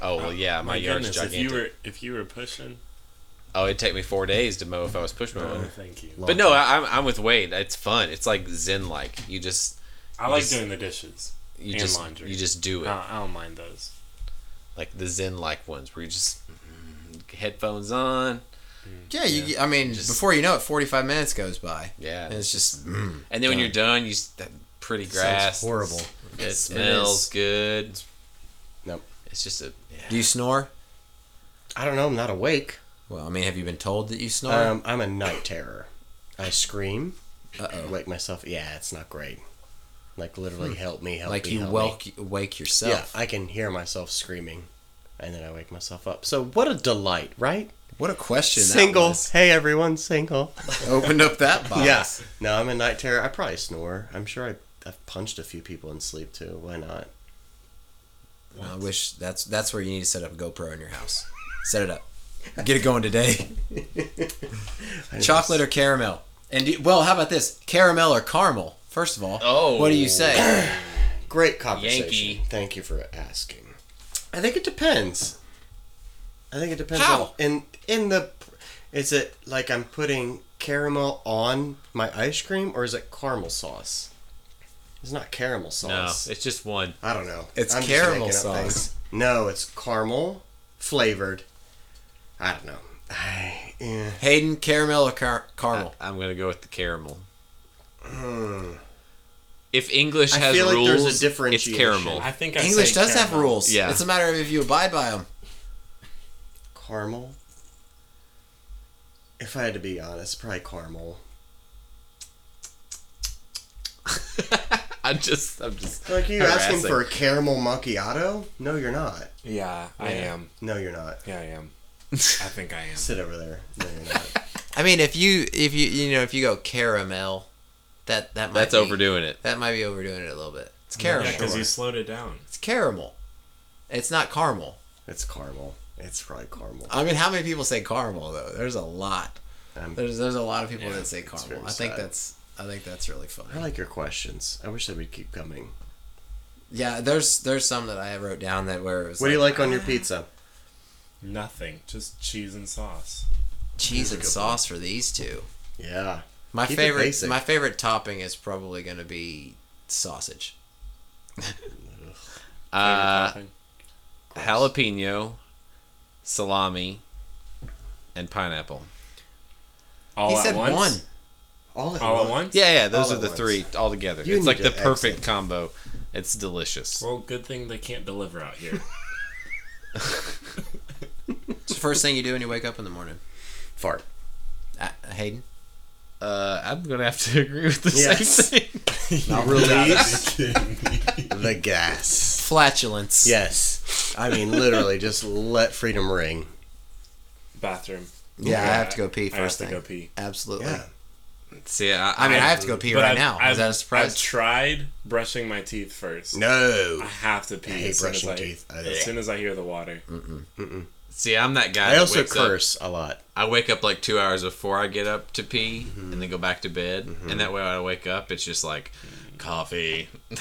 oh well, yeah, my, My, yard's gigantic. goodness, if you were if you were pushing, Oh, it'd take me four days to mow if I was push (laughs) no, mowing. thank you. But no, I, I'm I'm with Wade. It's fun. It's like zen like. You just I like just- doing the dishes. you And just laundry. you just do I it. don't, I don't mind those. Like the zen like ones where you just mm, headphones on. Yeah, you. I mean, before you know it, 45 minutes goes by. Yeah. And it's just mm, and then when you're done, you s- that pretty (clears throat) grass. Sounds horrible. It smells good. Nope. It's just a yeah. Do you snore? I don't know. I'm not awake. Well, I mean, have you been told that you snore? Um, I'm a night terror. I scream. Uh-oh. Wake myself. Yeah, it's not great. Like Hmm. literally, help me, help like me. you help me. wake, wake Yeah, yourself. I can hear myself screaming, and then I wake myself up. So what a delight, right? What a question. that Single. was. Hey everyone, single. Opened up that box. Yes. No, I'm a night terror. I probably snore. I'm sure I, I've punched a few people in sleep too. Why not? I wish that's that's where you need to set up a GoPro in your house. Set it up. Get it going (laughs) today. (laughs) Chocolate or caramel? And do, well, how about this? Caramel or caramel? First of all, Oh. what do you (coughs) say? Great conversation. Yankee. Thank you for asking. I think it depends. I think it depends. How? On, in in the is it like I'm putting caramel on my ice cream or is it caramel sauce? It's not caramel no. sauce. It's just one. I don't know. It's just caramel making up sauce. things. No, it's caramel flavored. I don't know. I, eh. Hayden, caramel or car- caramel? I'm gonna go with the caramel. Hmm, If English I has feel like rules, there's a it's differentiation. caramel. (laughs) I think I English say does have caramel. rules. Yeah. It's a matter of if you abide by them. caramel. If I had to be honest, probably caramel. I'm just I'm just Like, are you asking Harassing. for a caramel macchiato? No, you're not. Yeah, I am. No, you're not. Yeah, I (laughs) am. I think I am. Sit over there. No, you're not. I mean, if you if you you know if you go caramel, that that might that's be- overdoing it. That might be overdoing it a little bit. It's Yeah, caramel. because you slowed it down. It's caramel. It's not caramel. it's caramel. It's probably caramel. I mean, how many people say caramel though? There's a lot. Um, There's there's a lot of people that say very caramel. I think sad. that's I think that's really fun. I like your questions. I wish they would keep coming. Yeah, there's there's some that I wrote down that where it was What do you like on your pizza? Nothing, just cheese and sauce. cheese Here's a and good sauce for these two. Yeah. My Keep it favorite basic. my favorite topping is probably going to be sausage. Uh, Favorite topping? jalapeno, salami, and pineapple. all he at said once? one. All at All once. at once? Yeah, yeah, those All are at the once. three all together. You it's like need the to perfect combo. It's delicious. Well, good thing they can't deliver out here. (laughs) It's the first thing you do when you wake up in the morning. Fart. Uh, Hayden, Uh, I'm gonna have to (laughs) agree with the Yes. same thing. Now release the gas. flatulence. Yes. I mean, literally, just let freedom ring. Bathroom. yeah, I have to go pee I have first to thing. go pee. Absolutely. Yeah. See, I, I mean, I I, have to go pee right I've- now. I've- is that a surprise? I've tried brushing my teeth first. No. I have to pee I hate as soon as brushing I, teeth. I- as soon as I hear the water. see, I'm that guy. I that also wakes up- curse a lot. I wake up like two Mm-hmm. hours before I get up to pee, and then go back to bed. And that way, when I wake up, it's just like coffee. (laughs)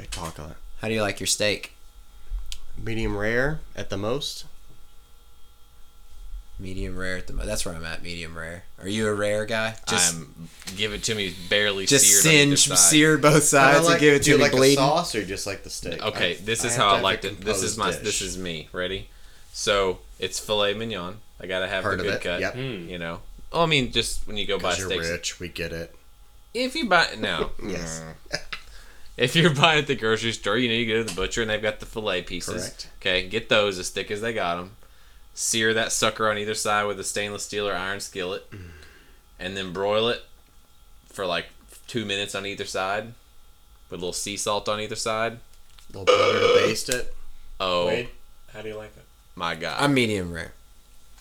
I talk a lot. How do you like your steak? Medium rare at the most. Medium rare at the mo- that's where I'm at. Medium rare. Are you a rare guy? Just I'm give it to me barely just seared. on either singe side. sear both sides Kinda and give it do you to me like bleeding. a sauce or just like the steak? Okay, I- this I is have how to I have a liked it. This is my composed this dish. is me. Ready? So it's filet mignon. I gotta have Heard the of good it, cut. yep. Mm. You know. Well, I mean, just when you go buy 'Cause you're steaks, rich, we get it. if you buy (laughs) no, Yes. if you're buying at the grocery store, you know you go to the butcher and they've got the fillet pieces. Correct. Okay, get those as thick as they got them. Sear that sucker on either side with a stainless steel or iron skillet, Mm. and then broil it for like two minutes on either side, with a little sea salt on either side. little butter to baste it. Oh Wade, how do you like it? my god! I'm medium rare.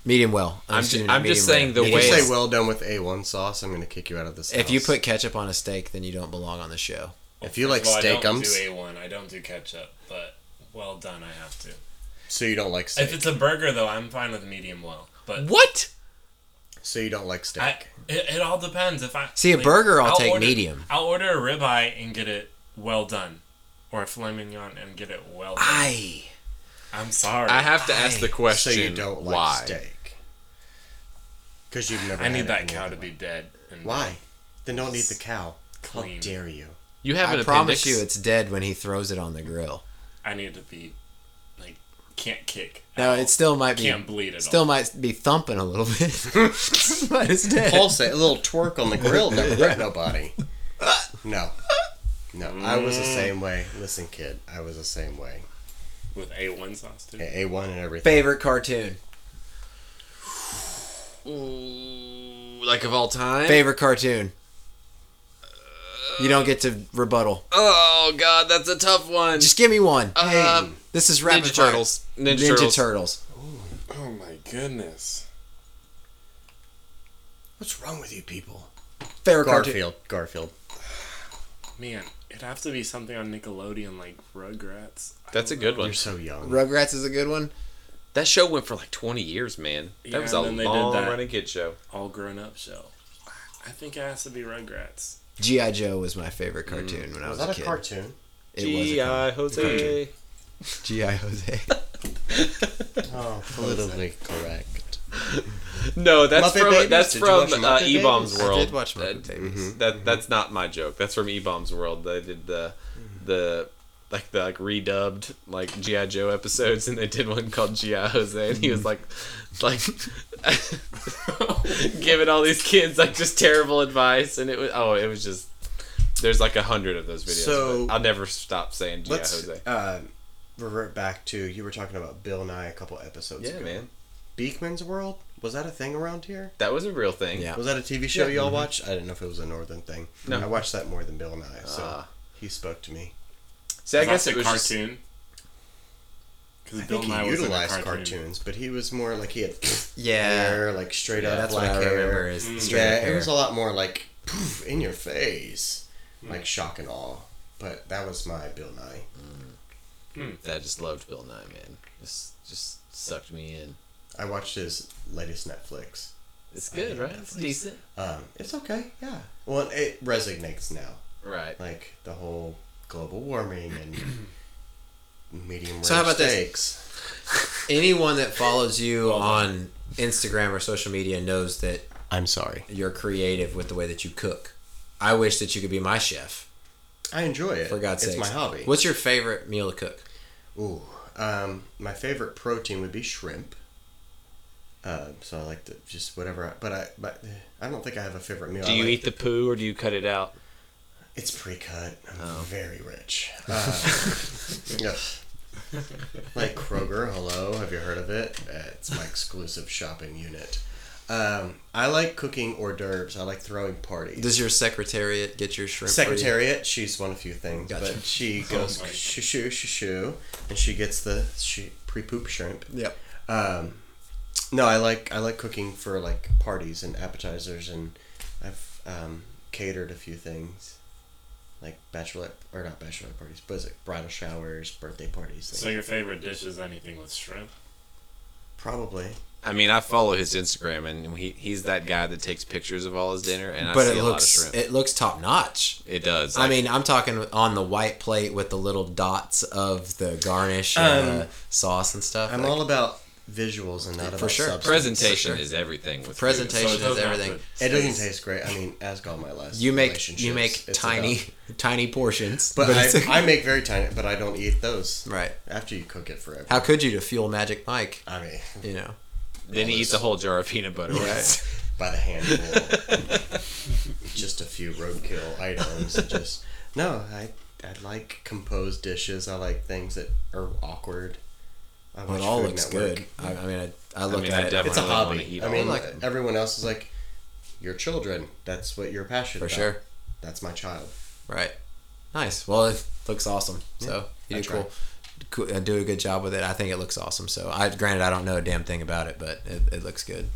Medium well. I'm ju- just, I'm just saying the If way you it's- say well done with A1 sauce, I'm going to kick you out of this If you house. put ketchup on a steak, then you don't belong on the show. If you First like of all, I don't do steakums, A1. I don't do ketchup, but well done, I have to. so you don't like If steak. it's a burger, though, I'm fine with medium well. But what? So you don't like steak. I, it, it all depends. If I See, a burger, I'll take order- medium. I'll order a ribeye and get it well done, or a filet mignon and get it well done. I I, am sorry. I have to ask the so question. you don't like why? steak. Because you've never I need had that any cow other to be way. dead. And Why? Then don't eat the cow. Clean. How dare you? You have I an promise appendix? you, it's dead when he throws it on the grill. I need to be like can't kick. No, at it still might all. be can't bleed at still all. might be thumping a little bit, (laughs) but it's dead. Pulsate, a little twerk on the grill never hurt nobody. No. No, I was the same way. Listen, kid, I was the same way. with A1 sauce too. A- A1 and everything. Favorite cartoon. Ooh, like of all time. Favorite cartoon. You don't get to rebuttal. Oh god, that's a tough one. Just give me one. Uh, this is Ninja rapid fire. Turtles. Ninja, Ninja Turtles. Turtles. Oh my goodness. What's wrong with you people? Favorite cartoon. Garfield. Garfield. Man, it'd have to be something on Nickelodeon like Rugrats. I That's a don't good know. one. You're so young. Rugrats is a good one. That show went for like 20 years, man. That Yeah, was a and then they did long that. running kid show. All grown up show. I think it has to be Rugrats. G.I. Joe was my favorite cartoon when I Mm. was, Was that a a kid. cartoon? It was a cartoon. G.I. G.I. Jose. (laughs) Jose. (laughs) Oh, politically correct. No, that's Muppet from Babies? that's Did you watch from uh, Muppet E Bombs Babies? Mm-hmm. World. I did watch Muppet That- Babies. That that's not my joke. That's from E Bombs World. They did the Mm-hmm. the like the like redubbed like GI Joe episodes, and they did one called GI Jose, and he was like Mm-hmm. like (laughs) giving all these kids like just terrible advice, and it was oh it was just there's like a hundred of those videos. So- but I'll never stop saying GI Let's Jose. uh, revert back to you were talking about Bill Nye a couple episodes Yeah, ago. man, Beekman's World was that a thing around here? that was a real thing. Yeah. Was that a TV show y'all watched? I didn't know if it was a northern thing. No. I watched that more than Bill Nye, so Ah. he spoke to me. See, I That's guess it a was just- cartoon. Because I think he utilized cartoons, but he was more like he had Yeah. hair, like straight Yeah, up that's what black I hair. remember is Mm. straight yeah, up hair. it was a lot more like poof, in your face, like shock and awe. But that was my Bill Nye. I just loved Bill Nye, man. Just just sucked me in. I watched his latest Netflix. It's good, right? It's decent. Um, it's okay, yeah. Well, it resonates now, Right. like the whole global warming and medium rare So how about this? steaks. Anyone that follows you on Instagram or social media knows that I'm sorry. you're creative with the way that you cook. I wish that you could be my chef. I enjoy it. For God's it's sake, my hobby. What's your favorite meal to cook? Ooh, um, my favorite protein would be shrimp. Uh, so I like to just whatever. I, but I, but I don't think I have a favorite meal. Do I you like- eat the poo or do you cut it out? It's pre-cut. I'm Oh. very (laughs) rich. Uh, ugh. like Kroger, hello. Have you heard of it? Uh, it's my exclusive shopping unit. Um, I like cooking hors d'oeuvres. I like throwing parties. Does your secretariat get your shrimp? for you? Secretariat, she's won a few things, Gotcha. but she goes my. shoo shoo shoo shoo, and she gets the she pre-poop shrimp. Yep. Um, no, I like I like cooking for like parties and appetizers, and I've um, catered a few things, like bachelorette or not bachelorette parties, but is it bridal showers, birthday parties? So things. your favorite dish is anything with shrimp? Probably. I mean, I follow his Instagram, and he he's that guy that takes pictures of all his dinner, and I but see it a lot of looks shrimp. It, it looks top notch. does. I mean, I'm talking on the white plate with the little dots of the garnish and the sauce and stuff. Um, I'm Like, all about visuals and not For about sure. substance. presentation sure. is everything. With food. presentation So it is doesn't have everything. to It doesn't taste- taste great. I mean, ask all my last. You make you relationships, make it's tiny (laughs) about- tiny portions, (laughs) but it's- I, I make very tiny. But I don't eat those. right. After you cook it forever. How could you to fuel Magic Mike? I mean, (laughs) You know, Then he eats a whole jar of peanut butter. right? by (laughs) the handful. just a few roadkill items. and Just no. I I like composed dishes. I like things that are awkward. I Well, watch it all Food looks Network. good. I, I mean, I, I look mean, I at it definitely- It's a wanna hobby. eat I all mean, of it. everyone else is like, your children. That's what you're passionate for about. sure. That's (laughs) my child. (laughs) Right. Nice. Well, it looks awesome. So you I do try. cool. cool- uh, Do a good job with it. I think it looks awesome. So I granted I don't know a damn thing about it, but it, it looks good.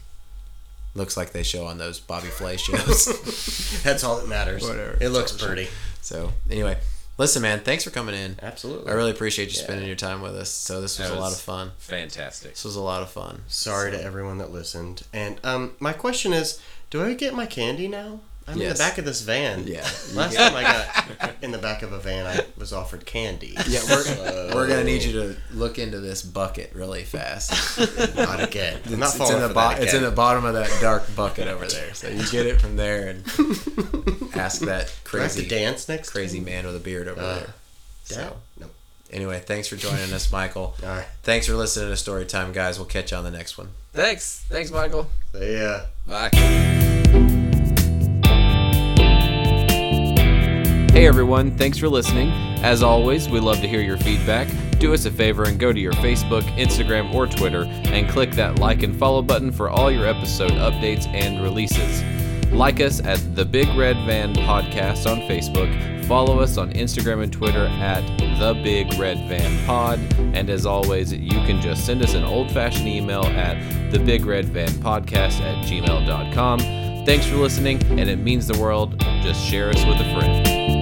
Looks like they show on those Bobby Flay shows. That's all that matters. Whatever. It looks pretty. so anyway, listen, man. Thanks for coming in. Absolutely. I really appreciate you spending Yeah. your time with us. So this was, That a lot was- of fun. Fantastic. This was a lot of fun. Sorry to everyone that listened. And um, my question is, do I get my candy now? I'm in Yes. the back of this van. Yeah. Last time I (laughs) got in the back of a van, I was offered candy. Yeah, we're So- we're gonna need you to look into this bucket really fast. (laughs) Not again. I'm not It's, it's falling in the for bo- that it's in the again. bottom of that dark bucket over there. So you get it from there (laughs) and ask that Do I have crazy to dance next. crazy time? man with a beard over Uh, there. Dad? So No. anyway, thanks for joining us, Michael. All right. Thanks for listening to Story Time, guys. We'll catch you on the next one. Thanks. Thanks, Michael. Yeah. Bye. Hey everyone, thanks for listening. As always, we love to hear your feedback. Do us a favor and go to your Facebook, Instagram, or Twitter and click that like and follow button for all your episode updates and releases. Like us at the Big Red Van Podcast on Facebook. Follow us on Instagram and Twitter at the Big Red Van Pod. And as always, you can just send us an old fashioned email at the Big Red Van Podcast at gmail.com. Thanks for listening, and it means the world. Just share us with a friend.